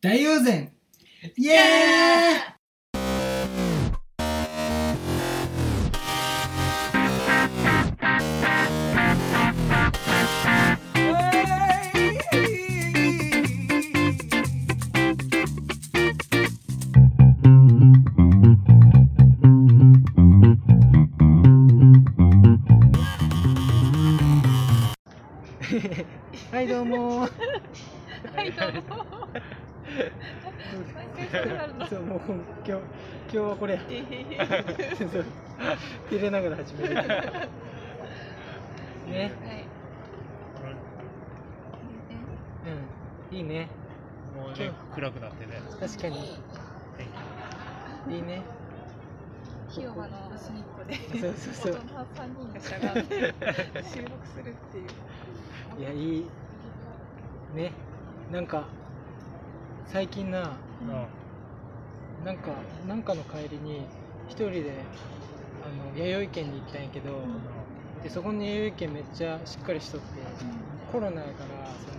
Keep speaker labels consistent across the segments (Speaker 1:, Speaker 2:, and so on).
Speaker 1: 大友禅イエーイはいどうもー
Speaker 2: はい、どうも。毎回そうなるの。
Speaker 1: そうもう今日今日はこれや
Speaker 2: は
Speaker 1: そう照れながら始めるね
Speaker 2: い。
Speaker 1: うんいいね
Speaker 3: もうね
Speaker 1: 今、
Speaker 3: 暗くなってね。
Speaker 1: 確かに
Speaker 3: 天
Speaker 1: いいね
Speaker 2: 広場の隅っこで。
Speaker 1: そうそうそう
Speaker 2: 大人三人がしゃがんで収録するっていう。
Speaker 1: いやいいねなんか最近な
Speaker 3: 気
Speaker 2: うん
Speaker 1: なんかなんかの帰りに一人であの弥生県に行ったんやけど、
Speaker 2: ん
Speaker 1: でそこの弥生県めっちゃしっかりしとってコロナやからその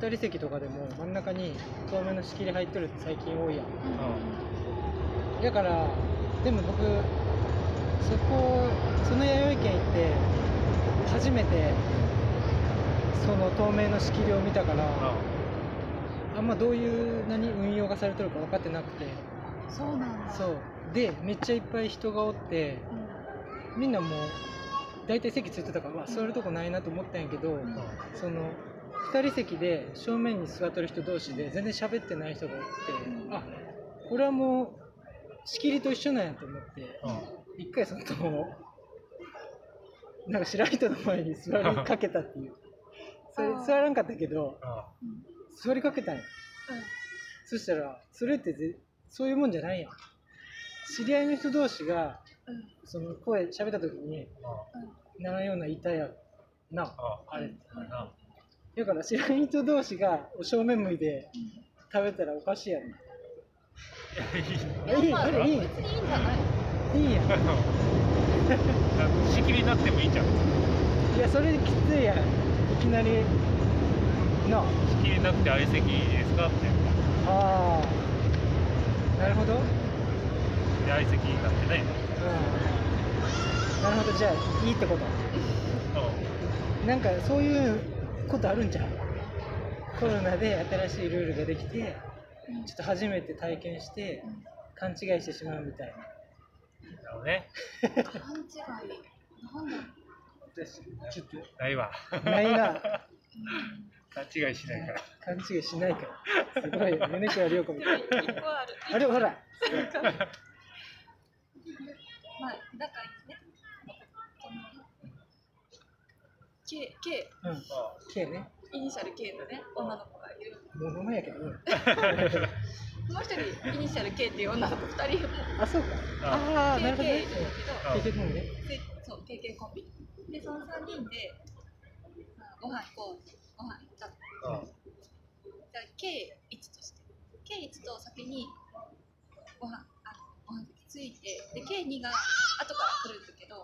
Speaker 1: 2人席とかでも真ん中に透明の仕切り入っとるって最近多いやんだからでも僕そこその弥生県行って初めてその透明の仕切りを見たからあんまどういう何運用がされてるか分かってなくて
Speaker 2: そうなんだ。
Speaker 1: そうでめっちゃいっぱい人がおって
Speaker 2: うん。
Speaker 1: みんなもう大体席ついてたからうわ座るとこないなと思ったんやけど
Speaker 2: ん
Speaker 1: その2人席で正面に座ってる人同士で全然喋ってない人がおって
Speaker 2: うん
Speaker 1: あこれはもう仕切りと一緒なんやと思って。一回そのなんか白人の前に座りかけたっていう それ
Speaker 2: あー
Speaker 1: 座らんかったけど座りかけたんよそしたらそれってぜそういうもんじゃないやん知り合いの人同士が
Speaker 2: う
Speaker 1: その声喋った時にならんような痛いやなあれだから知らん人同士がお正面向いて食べたらおかしいやん
Speaker 2: ん。
Speaker 1: い
Speaker 2: い
Speaker 1: い
Speaker 2: やま
Speaker 1: あ
Speaker 2: あ
Speaker 1: れいい
Speaker 2: 別にいいんじゃない。
Speaker 1: い いやん
Speaker 3: 仕切りになってもいいじゃん。
Speaker 1: いやそれきついやんいきなりなあ
Speaker 3: 仕切りなくて相席ですかって。
Speaker 1: ああなるほどうん
Speaker 3: で、相席になってね。
Speaker 1: なるほどじゃあいいってことなんかそういうことあるんじゃんコロナで新しいルールができて
Speaker 2: うん
Speaker 1: ちょっと初めて体験して
Speaker 2: うん
Speaker 1: 勘違いしてしまうみたいな
Speaker 3: なるほどね。
Speaker 2: 勘違い。なんだろう。
Speaker 1: ちょっ
Speaker 3: ないわ。
Speaker 1: とないな
Speaker 3: 勘違いしないから。
Speaker 1: 勘違いしないからすごい米倉涼子みたい
Speaker 2: 一個ある。
Speaker 1: あれほら
Speaker 2: まあ、だからね。K、K、
Speaker 1: うん
Speaker 3: う
Speaker 1: K ね
Speaker 2: イニシャル K のね、女の子がいる。
Speaker 1: もう名前やけどね
Speaker 2: もう一人、イニシャル K っていう女の子二人も、
Speaker 1: あそうか
Speaker 3: ん
Speaker 1: ああなるほ
Speaker 2: KK
Speaker 1: どね
Speaker 2: いるんだけど、
Speaker 3: うん
Speaker 1: 出てくるね
Speaker 2: でそう、KK コンビ。で、その3人で、まあご飯行こう、ご飯行った。じ
Speaker 3: うん
Speaker 2: ゃあ、計1として。計1と先にご飯、あご飯ついて、で、計2が後から来るんだけど、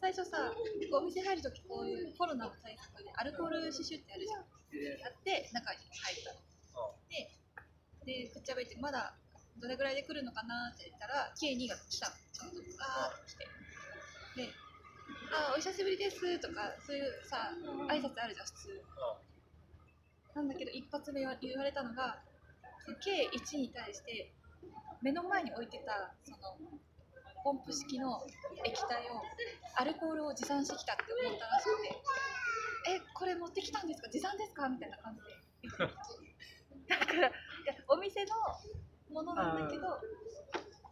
Speaker 2: 最初さ、お店入るときこういうコロナの対策でアルコール刺繍ってあるじゃん。やって、中に入ったの。で、で、くっちゃべって、まだどれぐらいで来るのかなって言ったら、計2が来たの。ちゃんと、わーって来て。で、あー、お久しぶりですとか、そういうさ、挨拶あるじゃん、普通。なんだけど、一発目は言われたのが、その計1に対して、目の前に置いてた、その、ポンプ式の液体を、アルコールを持参してきたって思ったらしくて、え、これ持ってきたんですか持参ですかみたいな感じで言ってきて。だから、いやお店のものなんだけど、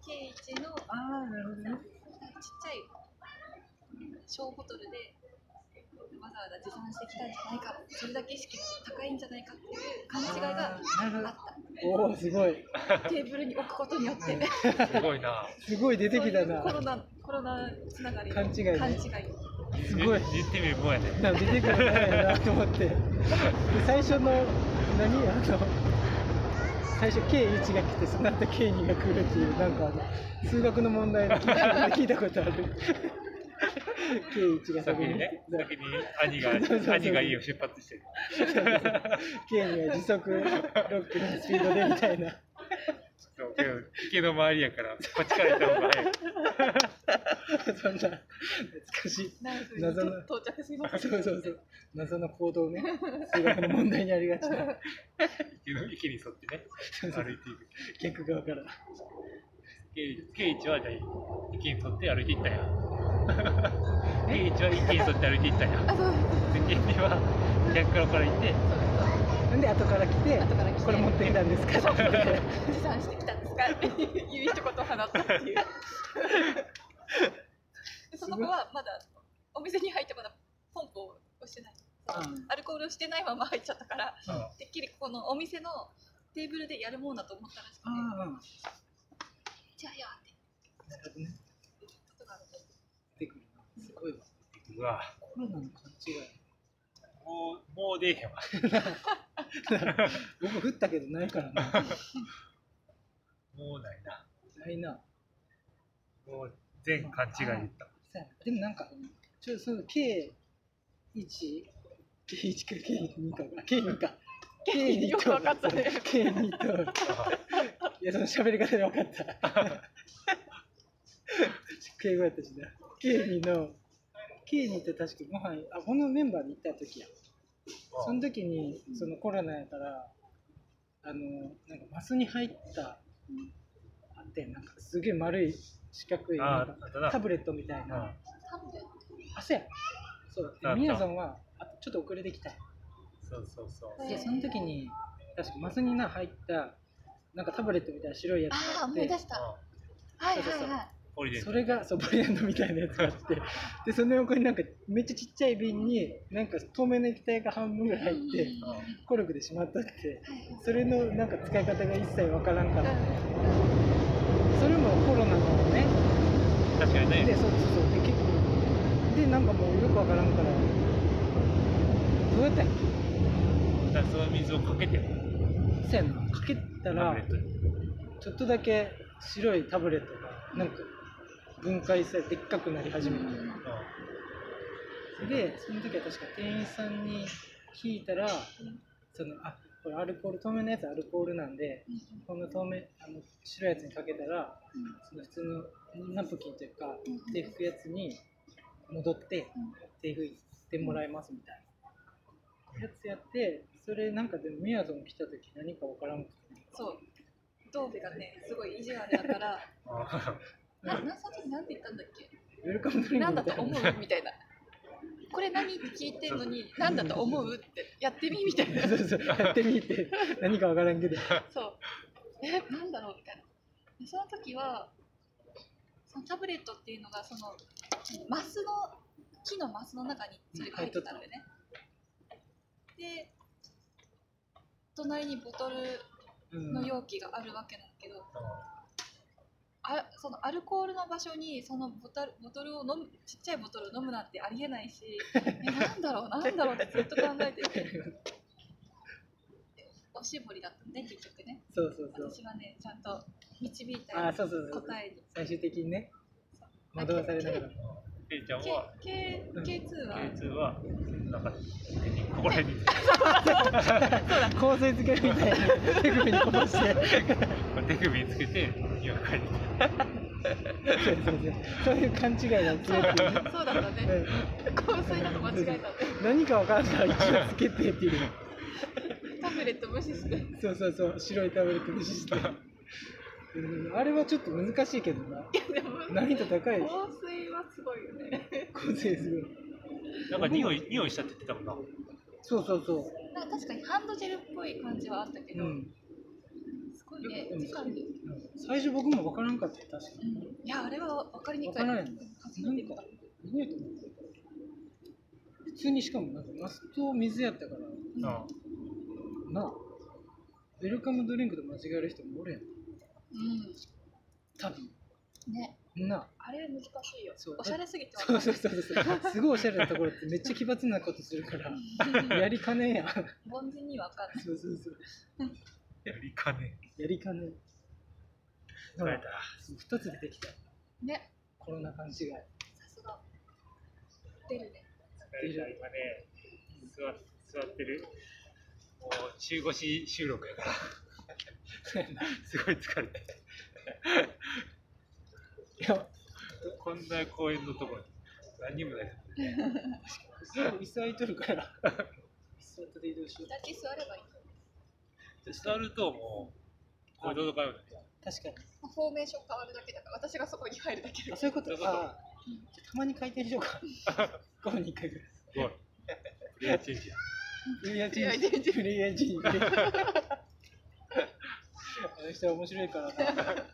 Speaker 2: 計1の
Speaker 1: ああなるほどね
Speaker 2: なんかちっちゃい小ボトルでわざわざ持参してきたんじゃないかそれだけ意識が高いんじゃないかっていう勘違いが
Speaker 1: あーなる
Speaker 2: あ
Speaker 1: ほ
Speaker 2: っ
Speaker 1: どおおすごい
Speaker 2: たテーブルに置くことによって
Speaker 3: すごいな。
Speaker 1: すごい出てきたな
Speaker 2: コロナコロナつながりの
Speaker 1: 勘違いね
Speaker 2: 勘違い
Speaker 1: すごい
Speaker 3: 言ってみるもんやね。
Speaker 1: なんか出てくるの嫌やなと思ってで最初の何あの最初 K1 が来てその後 K2 が来るっていうなんかあの数学の問題の聞いたことある計一が
Speaker 3: 先
Speaker 1: 先
Speaker 3: に
Speaker 1: に
Speaker 3: ね、先に兄が
Speaker 1: そうそうそう
Speaker 3: 兄が家を出発してる。
Speaker 1: 計には時速6キロのスピードでみたいな
Speaker 3: そうけど池の周りやからこっちから行った方が早い。
Speaker 1: そんな懐かしい
Speaker 2: ナイフに
Speaker 1: 謎の
Speaker 2: 到着しま
Speaker 1: そうそうそう謎の行動ね数学の問題にありがちな
Speaker 3: 池の池に沿ってね
Speaker 1: そうそ
Speaker 3: 歩
Speaker 1: う
Speaker 3: いていく。
Speaker 1: 逆側から
Speaker 3: ケイ一はじゃあ池に沿って歩いていったん や。ケイ一は池に沿って歩いていったんや。
Speaker 2: あ、そう
Speaker 3: でケイ二は逆からから行って
Speaker 1: んで後から来て
Speaker 2: 後から来て
Speaker 1: これ持ってきたんですかって
Speaker 2: 持参してきたんですかっていう一言を放ったっていうでその子はまだお店に入ってまだポンプを押してないアルコールをしてないまま入っちゃったから
Speaker 3: あ
Speaker 2: てっきりこのお店のテーブルでやるもんだと思ったらしくて
Speaker 1: あ
Speaker 2: じゃあやって
Speaker 1: あなるほどね
Speaker 2: ことがあると
Speaker 1: 出てくるなすごいわ
Speaker 3: うわ
Speaker 1: コロナの勘違い
Speaker 3: もうもう出えへんわ。
Speaker 1: 僕降ったけどないからな
Speaker 3: もうないな。
Speaker 1: ないな
Speaker 3: もう全勘違い言った。
Speaker 1: さあでもなんかちょっとその計1計1か計2か計2か計2
Speaker 2: よくわかったね
Speaker 1: 計2といやその喋り方で分かった敬語やったしな計2の計2って確かご飯あこのメンバーで行った時やその時にそのコロナやからあのなんかマスに入ったあってなんかすげえ丸い四角いな
Speaker 3: あ
Speaker 1: んか
Speaker 3: あとな。
Speaker 1: タブレットみたいな
Speaker 3: う
Speaker 2: 多分
Speaker 1: あそうやそう
Speaker 3: あ
Speaker 1: で
Speaker 3: った
Speaker 1: みやぞんはあとちょっと遅れてきた
Speaker 3: んそうそうそう。
Speaker 2: はい
Speaker 1: いやその時に確かマスにな入ったなんかタブレットみたいな白いやつ
Speaker 2: ああ
Speaker 1: があっ
Speaker 2: 思い出
Speaker 1: て
Speaker 2: したはいはいはい
Speaker 3: ポリデン
Speaker 1: それがそうブリアンドみたいなやつがあってでその横になんかめっちゃちっちゃい瓶になんか透明な液体が半分ぐらい入って
Speaker 2: うんは
Speaker 1: コルクでしまったって
Speaker 2: い
Speaker 1: それのなんか使い方が一切わからんかった
Speaker 2: うん
Speaker 1: それもコロナのね
Speaker 3: 確かに
Speaker 1: で
Speaker 3: ね。
Speaker 1: そうそうそうで結構でなんかもうよくわからんからどうやったっけ
Speaker 3: だからその水をかけてる。
Speaker 1: そうやなかけた
Speaker 3: タ
Speaker 1: ら
Speaker 3: ブレットに。
Speaker 1: ちょっとだけ白いタブレットがなんか分解されてでっかくなり始めた
Speaker 3: うん
Speaker 1: でその時は確か店員さんに聞いたらそのあこれアルコール透明のやつアルコールなんでこの透明あの白いやつにかけたらその普通のナプキンというか手拭くやつに戻って
Speaker 2: うん
Speaker 1: 手拭いてもらいますみたいなやつやってそれなんかでもみやぞん来た時何かわからんくて
Speaker 2: そう道具がねすごい意地悪だから
Speaker 3: あ
Speaker 2: ななその時なんて言ったんだっけ
Speaker 1: ウェルカムドリンク
Speaker 2: なん
Speaker 1: みたいな
Speaker 2: だと思うみたいなこれ何って聞いてんのになんだと思うってやってみみたい な
Speaker 1: そうそうやってみ て何かわからんけど
Speaker 2: そうえなんだろうみたいなでその時はそのタブレットっていうのがそのマスの木のマスの中にそれが入ってたんでねで隣にボトル
Speaker 1: うん
Speaker 2: の容器があるわけなんだけど、
Speaker 3: あ
Speaker 2: あそのアルコールの場所にそのボタルボトルを飲むちっちゃいボトルを飲むなんてありえないし えなんだろうなんだろうってずっと考えてておしぼりだったね結局ね
Speaker 1: そうそうそう
Speaker 2: 私はねちゃんと導いた
Speaker 1: あ
Speaker 2: よ
Speaker 1: ーそうそうそう
Speaker 2: 答えに
Speaker 1: 最終的にね
Speaker 2: そう
Speaker 1: 惑わされながら
Speaker 3: ペイちゃん
Speaker 2: K
Speaker 3: は
Speaker 2: K K2 は
Speaker 3: K2 はなんかここら辺に
Speaker 1: 香水漬けみたいに手首にこぼして
Speaker 3: 手首につけて今帰ってき
Speaker 1: そうそうそうそういう勘違いが起きるっていうね
Speaker 2: そうだったね香水だと間違えたね
Speaker 1: うん何かわからんから気をつけてっていう
Speaker 2: タブレット無視して
Speaker 1: そうそうそう白いタブレット無視してうんあれはちょっと難しいけどな
Speaker 2: でも香
Speaker 1: 難易度高い
Speaker 2: 水
Speaker 1: でしょ
Speaker 2: はすごいよね
Speaker 1: 香水すごい
Speaker 3: たなんか匂い匂いしたって言ってたもんな
Speaker 1: そうそうそ
Speaker 2: なんか確かにハンドジェルっぽい感じはあったけ
Speaker 1: う、う
Speaker 2: ど、
Speaker 1: ん、
Speaker 2: すごいね直に
Speaker 1: 最初僕もわからんかった確かに
Speaker 2: いや、あれは分かりにくい。
Speaker 1: わからんよね
Speaker 2: 初めて見た。
Speaker 1: 匂いと思って普通にしかもなんかマスと水やったから
Speaker 3: うん
Speaker 1: なあウェルカムドリンクと間違える人もおるやん
Speaker 2: う
Speaker 1: 多分
Speaker 2: ん。ね、
Speaker 1: なあ
Speaker 2: あれは難しいよ
Speaker 1: そう。
Speaker 2: おしゃれすぎて
Speaker 1: そう
Speaker 2: 分
Speaker 1: そうそうそうすごいおしゃれなところってめっちゃ奇抜なことするから
Speaker 2: かんない。
Speaker 1: やりかねえやん
Speaker 2: 凡人には分かんない。
Speaker 1: そうそうそう
Speaker 3: やりかね
Speaker 1: やりかねえ
Speaker 3: え疲れた
Speaker 1: 2つ出てきた
Speaker 2: ね、
Speaker 1: コロナ勘違い
Speaker 2: さすが。出るね
Speaker 3: 疲れた今ね座座ってるもう中腰収録やから すごい疲れて
Speaker 1: いや
Speaker 3: こんな公園のところに何にもない
Speaker 1: 椅子空いとるから椅子座って移動しよ
Speaker 2: だけ座ればいい、
Speaker 3: 座るともうこれ届かないよね
Speaker 1: う確かに
Speaker 2: まあ、フォーメーション変わるだけだから私がそこに入るだけ
Speaker 1: あ
Speaker 2: だ
Speaker 1: そういうこと
Speaker 3: そういうこと
Speaker 1: あーじゃあたまに回転しようか 5分に1回ぐらい
Speaker 3: すご いプレイヤーチェンジや
Speaker 1: フリーエンジ
Speaker 2: フリーエンジ
Speaker 1: ンフリーエンジン ってあの人は面白いからな
Speaker 3: 昨日昨日ね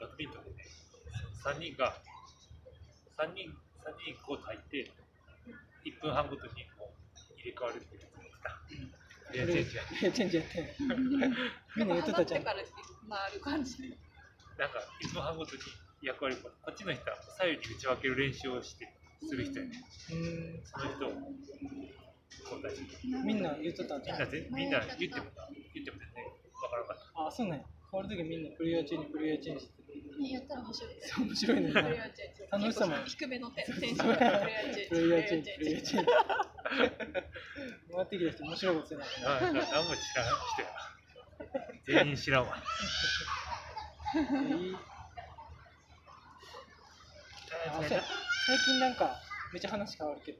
Speaker 3: バドミントンでね3人が3人三人コート入って1分半ごとにこう入れ替わるっていうやつプレイヤーチェンジや
Speaker 1: フリーエンジンやってんみんな言
Speaker 2: やっ
Speaker 1: っと
Speaker 2: ぱ
Speaker 1: った
Speaker 2: 放っ
Speaker 1: じゃ
Speaker 2: て
Speaker 1: ん
Speaker 2: から回る感じで
Speaker 3: なんか1分半ごとに役割こっちの人は左右に打ち分ける練習をしてする人やね
Speaker 1: う
Speaker 3: その人を交代して
Speaker 1: ーんみんな言っとったんじ
Speaker 3: み
Speaker 1: ゃ
Speaker 3: ん
Speaker 1: ん
Speaker 3: なぜみんな言っても言っても全然わからなかった
Speaker 1: あそうなんや変わるときみんなフリーエンジンフリーエンジンって
Speaker 2: ねやったら面白いです
Speaker 1: 面白いねんな
Speaker 2: プ
Speaker 1: フ
Speaker 2: レ
Speaker 1: リ
Speaker 2: イ
Speaker 1: ー
Speaker 2: ヤーチェンジ
Speaker 1: 楽しさも
Speaker 2: 低めのテンション
Speaker 1: そう
Speaker 2: プレイヤーチェンジ
Speaker 1: エンジンフリーエンジン回ってきた人面白いことせな
Speaker 3: なな何も知らん人や全員知らんわ
Speaker 1: いいあそうや最近なんかめっちゃ話変わるけど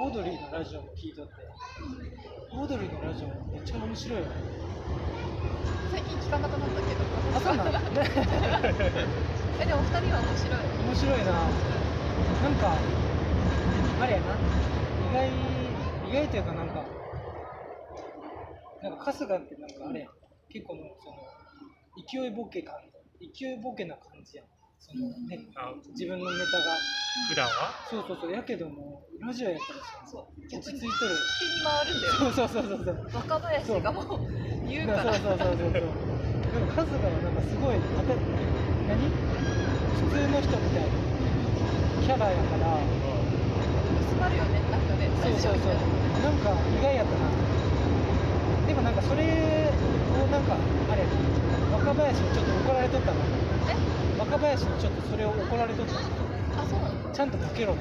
Speaker 1: オードリーのラジオも聞いとってオードリーのラジオめっちゃ面白いよね
Speaker 2: 最近聞かなくなったけど
Speaker 1: あそう なんだ
Speaker 2: えでもお二人は面白い
Speaker 1: 面白いななんかあれやな意外意外というかなんかなんか春日ってなんかあれやん結構のその勢いボケ感勢いボケな感じやんそのね
Speaker 3: あ
Speaker 1: 自分のネタが
Speaker 3: 普段は
Speaker 1: そうそうそうやけどもラジオやったらさ
Speaker 2: そう
Speaker 1: 落
Speaker 2: 逆
Speaker 1: ち着い
Speaker 2: に
Speaker 1: と
Speaker 2: 引
Speaker 1: る
Speaker 2: きに回るんだよ
Speaker 1: そうそうそうそうそう
Speaker 2: 若林がもう言うか
Speaker 1: そう
Speaker 2: ら
Speaker 1: そうそうそうそうでも春日はなんかすごいあた何普通の人みたいなキャラやから
Speaker 2: 薄まるよねなんかね
Speaker 1: そうそうそうなんか意外やったなでもなんかそれをなんかあれやな若林にちょっと怒られとったな
Speaker 2: え
Speaker 1: 若林にちょっとそれを怒られとった
Speaker 2: あそうなの
Speaker 1: ちゃんとボケ ろと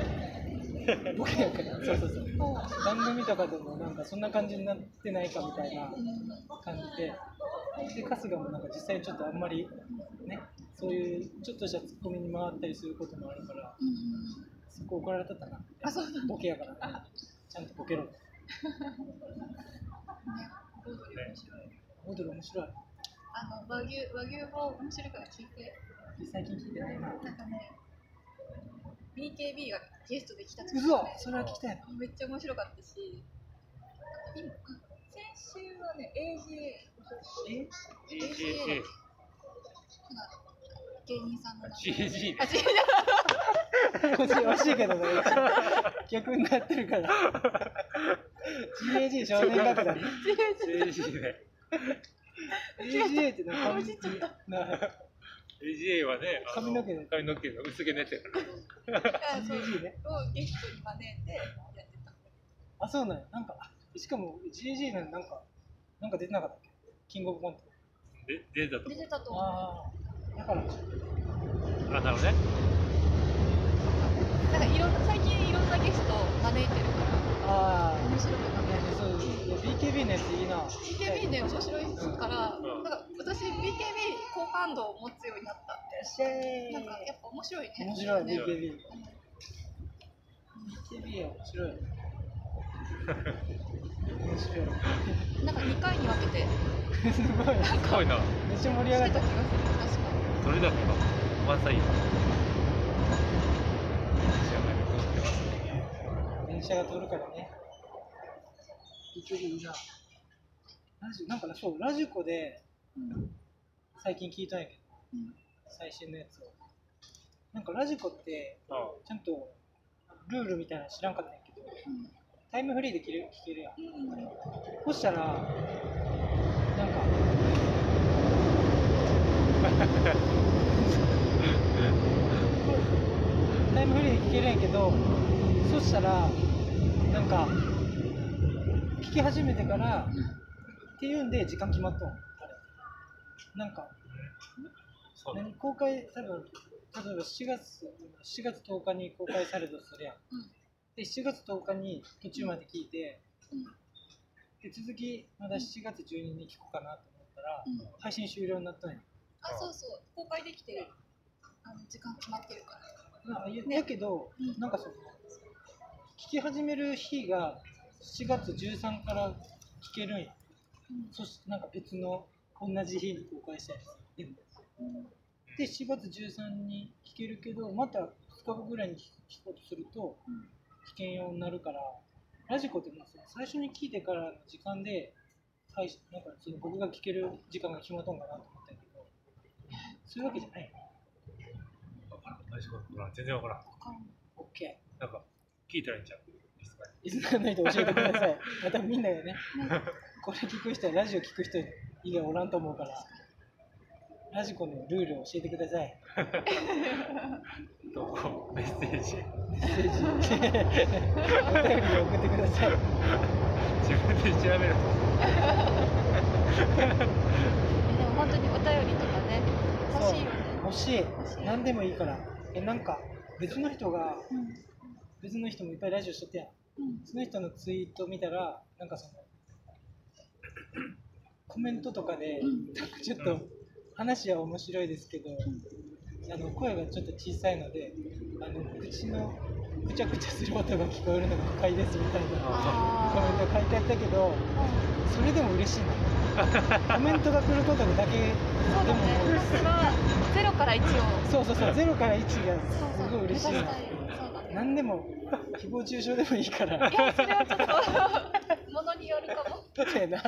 Speaker 1: ボケやからそうそうそう
Speaker 2: も
Speaker 1: 番組とかでもなんかそんな感じになってないかみたいな
Speaker 2: ううん
Speaker 1: 感じでで春日もなんか実際ちょっとあんまりねそういうちょっとしたツッコミに回ったりすることもあるから
Speaker 2: うん
Speaker 1: そこ怒られとったな
Speaker 2: あそうなんだ
Speaker 1: ボケやからねちゃんとボケろ
Speaker 2: ねオードリー面白い
Speaker 1: オードリー面白い
Speaker 2: あの和牛和牛も面白いから聞いて
Speaker 1: 最近聞いてないな
Speaker 2: なんかね BKB がゲストで来た時
Speaker 1: うそそれは聞きたいな
Speaker 2: めっちゃ面白かったしあと今先週はね AJ
Speaker 1: え
Speaker 3: GGG
Speaker 2: なんか芸人さんの名前
Speaker 3: GG ね
Speaker 2: あ違う
Speaker 1: こっち惜しいけどね逆になってるから GAG 少年楽団
Speaker 3: GG ね
Speaker 1: GAG ってなんか
Speaker 2: 落ちちゃった
Speaker 1: な
Speaker 3: AGA はね、あ
Speaker 1: 髪の毛の
Speaker 3: 髪の毛の薄毛のやつやから。
Speaker 2: あそう
Speaker 1: GAG ね
Speaker 2: をゲストに招いてやってた
Speaker 1: あ、そうなんや。なんか、あしかも GG なんなんか、なんか出てなかったっけキングオブコント。
Speaker 3: で、出たと
Speaker 2: 出
Speaker 3: 思
Speaker 2: てたと思う
Speaker 1: ああ。だから、う
Speaker 3: う。あ、なるほどね。
Speaker 2: なんかいろんな最近いろんなゲストを招いてるか
Speaker 1: あ
Speaker 2: ら面白いか
Speaker 1: あ。いや
Speaker 2: な
Speaker 1: そう、いや BKB のやついいな。
Speaker 2: BKB ね面白いから、
Speaker 3: うん
Speaker 2: なんか私 BKB 好感度を持つようになった
Speaker 1: いらっしゃい
Speaker 2: なんかやっぱ面白いね
Speaker 1: 面白い、
Speaker 2: ね
Speaker 1: BKB。BKB は面白い。面白い。
Speaker 2: なんか2回に分けて
Speaker 1: すごい。
Speaker 2: なん
Speaker 3: す
Speaker 2: か
Speaker 3: ごいな。
Speaker 1: めっちゃ盛り上
Speaker 2: し
Speaker 1: が
Speaker 2: て
Speaker 1: ったた
Speaker 2: 気。がする確か
Speaker 3: どれだけが、満載よ。知らないこと知ってますね。
Speaker 1: 電車が通るからね。BKB いいな。ラジオ、なんかな、そう、ラジコで
Speaker 2: に、
Speaker 1: 最近聞いたんやけど、
Speaker 2: うん
Speaker 1: 最新のやつを。なんかラジコって、
Speaker 3: ああ
Speaker 1: ちゃんとルールみたいなの知らんかったんやけど、タイムフリーで聞ける聞けるやん。
Speaker 2: うんうん
Speaker 1: そしたら、なんか、 タイムフリーで聞けるんやけど、そしたら、なんか、聞き始めてから、っていうんで時間決まっとん。あれなんか、
Speaker 3: そうね。
Speaker 1: 何公開、多分例えば7月7月10日に公開されたとするやん、
Speaker 2: うん
Speaker 1: で7月10日に途中まで聞いて、
Speaker 2: うん
Speaker 1: で続きまだ7月12日に聞こうかなと思ったら、
Speaker 2: うん
Speaker 1: 配信終了になったんや
Speaker 2: あそうそう公開できてあの時間決まってるから
Speaker 1: まあいややけど、
Speaker 2: うん
Speaker 1: なんかその聞き始める日が7月13から聞けるんや
Speaker 2: うん
Speaker 1: そしてなんか別の同じ日に公開したやつでもで4月13に聞けるけどまた2日後ぐらいに聞こうとすると
Speaker 2: うん
Speaker 1: 危険用になるからラジコってもうその最初に聞いてからの時間で最初なんかその僕が聞ける時間が決まっとんかなと思ったんやけどそういうわけじゃない
Speaker 3: わからん大丈夫かな全然わからん。
Speaker 2: わかんない
Speaker 1: OK
Speaker 3: なんか、聞いたらいいんちゃうリスナーに
Speaker 1: いつかないと教えてくださいまたみんなよねこれ聞く人はラジオ聞く人以外おらんと思うからラジコのルールを教えてください
Speaker 3: 投稿、メッセージ、
Speaker 1: メッセージお便りを送ってください
Speaker 3: 自分で調べる。
Speaker 2: えでも本当にお便りとかね欲しいよね
Speaker 1: 欲しい
Speaker 2: 欲しい
Speaker 1: 何でもいいからえなんか別の人が
Speaker 2: うん
Speaker 1: 別の人もいっぱいラジオしとってやん
Speaker 2: うん
Speaker 1: その人のツイート見たらなんかそのコメントとかで、
Speaker 2: うん
Speaker 1: なんかちょっと話は面白いですけど、あの声がちょっと小さいのであの口のぐちゃぐちゃする音が聞こえるのが不快ですみたいなコメント
Speaker 2: あ
Speaker 1: 書いてあったけど
Speaker 2: あうん
Speaker 1: それでも嬉しいな コメントが来ることだけで
Speaker 2: そうだ
Speaker 1: も
Speaker 2: ね私はゼロから一を
Speaker 1: そうそうそう、ゼロから一がす
Speaker 2: そうそう
Speaker 1: ごい嬉しい
Speaker 2: 目
Speaker 1: な
Speaker 2: 指た。そうだね
Speaker 1: 何でも誹謗中傷でもいいから
Speaker 2: い、やそれはちょっとものによるかも
Speaker 1: みたいな。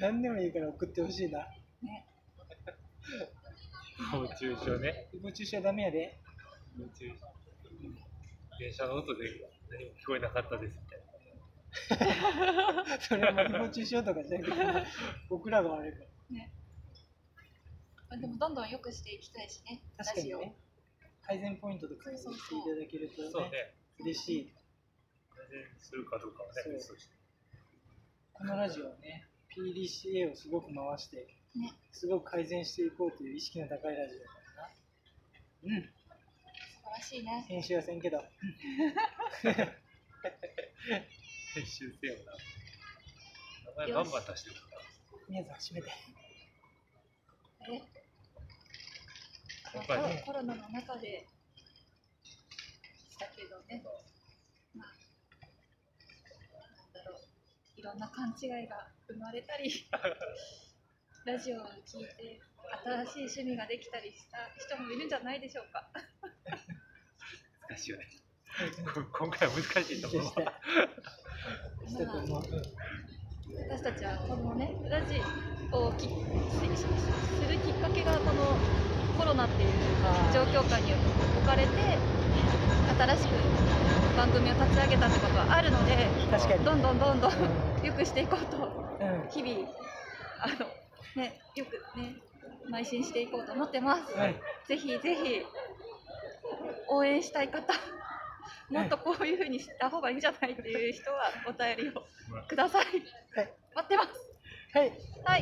Speaker 1: 何でもいいから送ってほしいな。
Speaker 3: 誹謗中傷ね。
Speaker 1: 誹謗中傷はダメやで。
Speaker 3: 誹謗中傷電車の音で何も聞こえなかったですみたいな。
Speaker 1: それも誹謗中傷とかじゃなくて、僕らが悪いか
Speaker 2: でもどんどん良くしていきたいしね
Speaker 1: ら。確かにね。改善ポイントとか言ってい
Speaker 2: そ
Speaker 1: ただ
Speaker 2: うそうそう
Speaker 1: けると、ね、
Speaker 3: そうね。
Speaker 1: 嬉しい。
Speaker 3: 改善するかどうかはね
Speaker 1: そう、
Speaker 3: 別として。
Speaker 1: このラジオはね、PDCA をすごく回して、
Speaker 2: ね
Speaker 1: すごく改善していこうという意識の高いラジオだからな。うん。
Speaker 2: 素晴らしいね
Speaker 1: 編集はせんけど。
Speaker 3: 編集せよな。名前バンバン足してるから。
Speaker 1: 皆さん閉めて。
Speaker 2: ね
Speaker 3: やっぱりね
Speaker 2: コロナの中でしたけどねまあなんだろういろんな勘違いが生まれたりラジオを聞いて新しい趣味ができたりした人もいるんじゃないでしょうか
Speaker 3: 難しいよ ね。こ 今回は難しいと
Speaker 1: そ
Speaker 3: 思う
Speaker 1: し。て、 したと思う。
Speaker 2: 私たちはこのねラジオをきすするきっかけがこのコロナっていう状況下に置かれて新しく番組を立ち上げたってことはあるので
Speaker 1: 確かに。
Speaker 2: どんどんどんどん
Speaker 1: う
Speaker 2: 良くしていこうと
Speaker 1: んうん
Speaker 2: 日々あのねよくね邁進していこうと思ってます。
Speaker 1: はい、
Speaker 2: ぜひぜひ応援したい方もっとこういうふうにした方がいいんじゃないっていう人はお便りをください。
Speaker 1: はい
Speaker 2: 待ってます。
Speaker 1: はい、
Speaker 2: は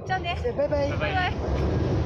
Speaker 2: い。じゃあね。
Speaker 1: じゃあバイバイ
Speaker 3: バイ。
Speaker 2: バイバイ。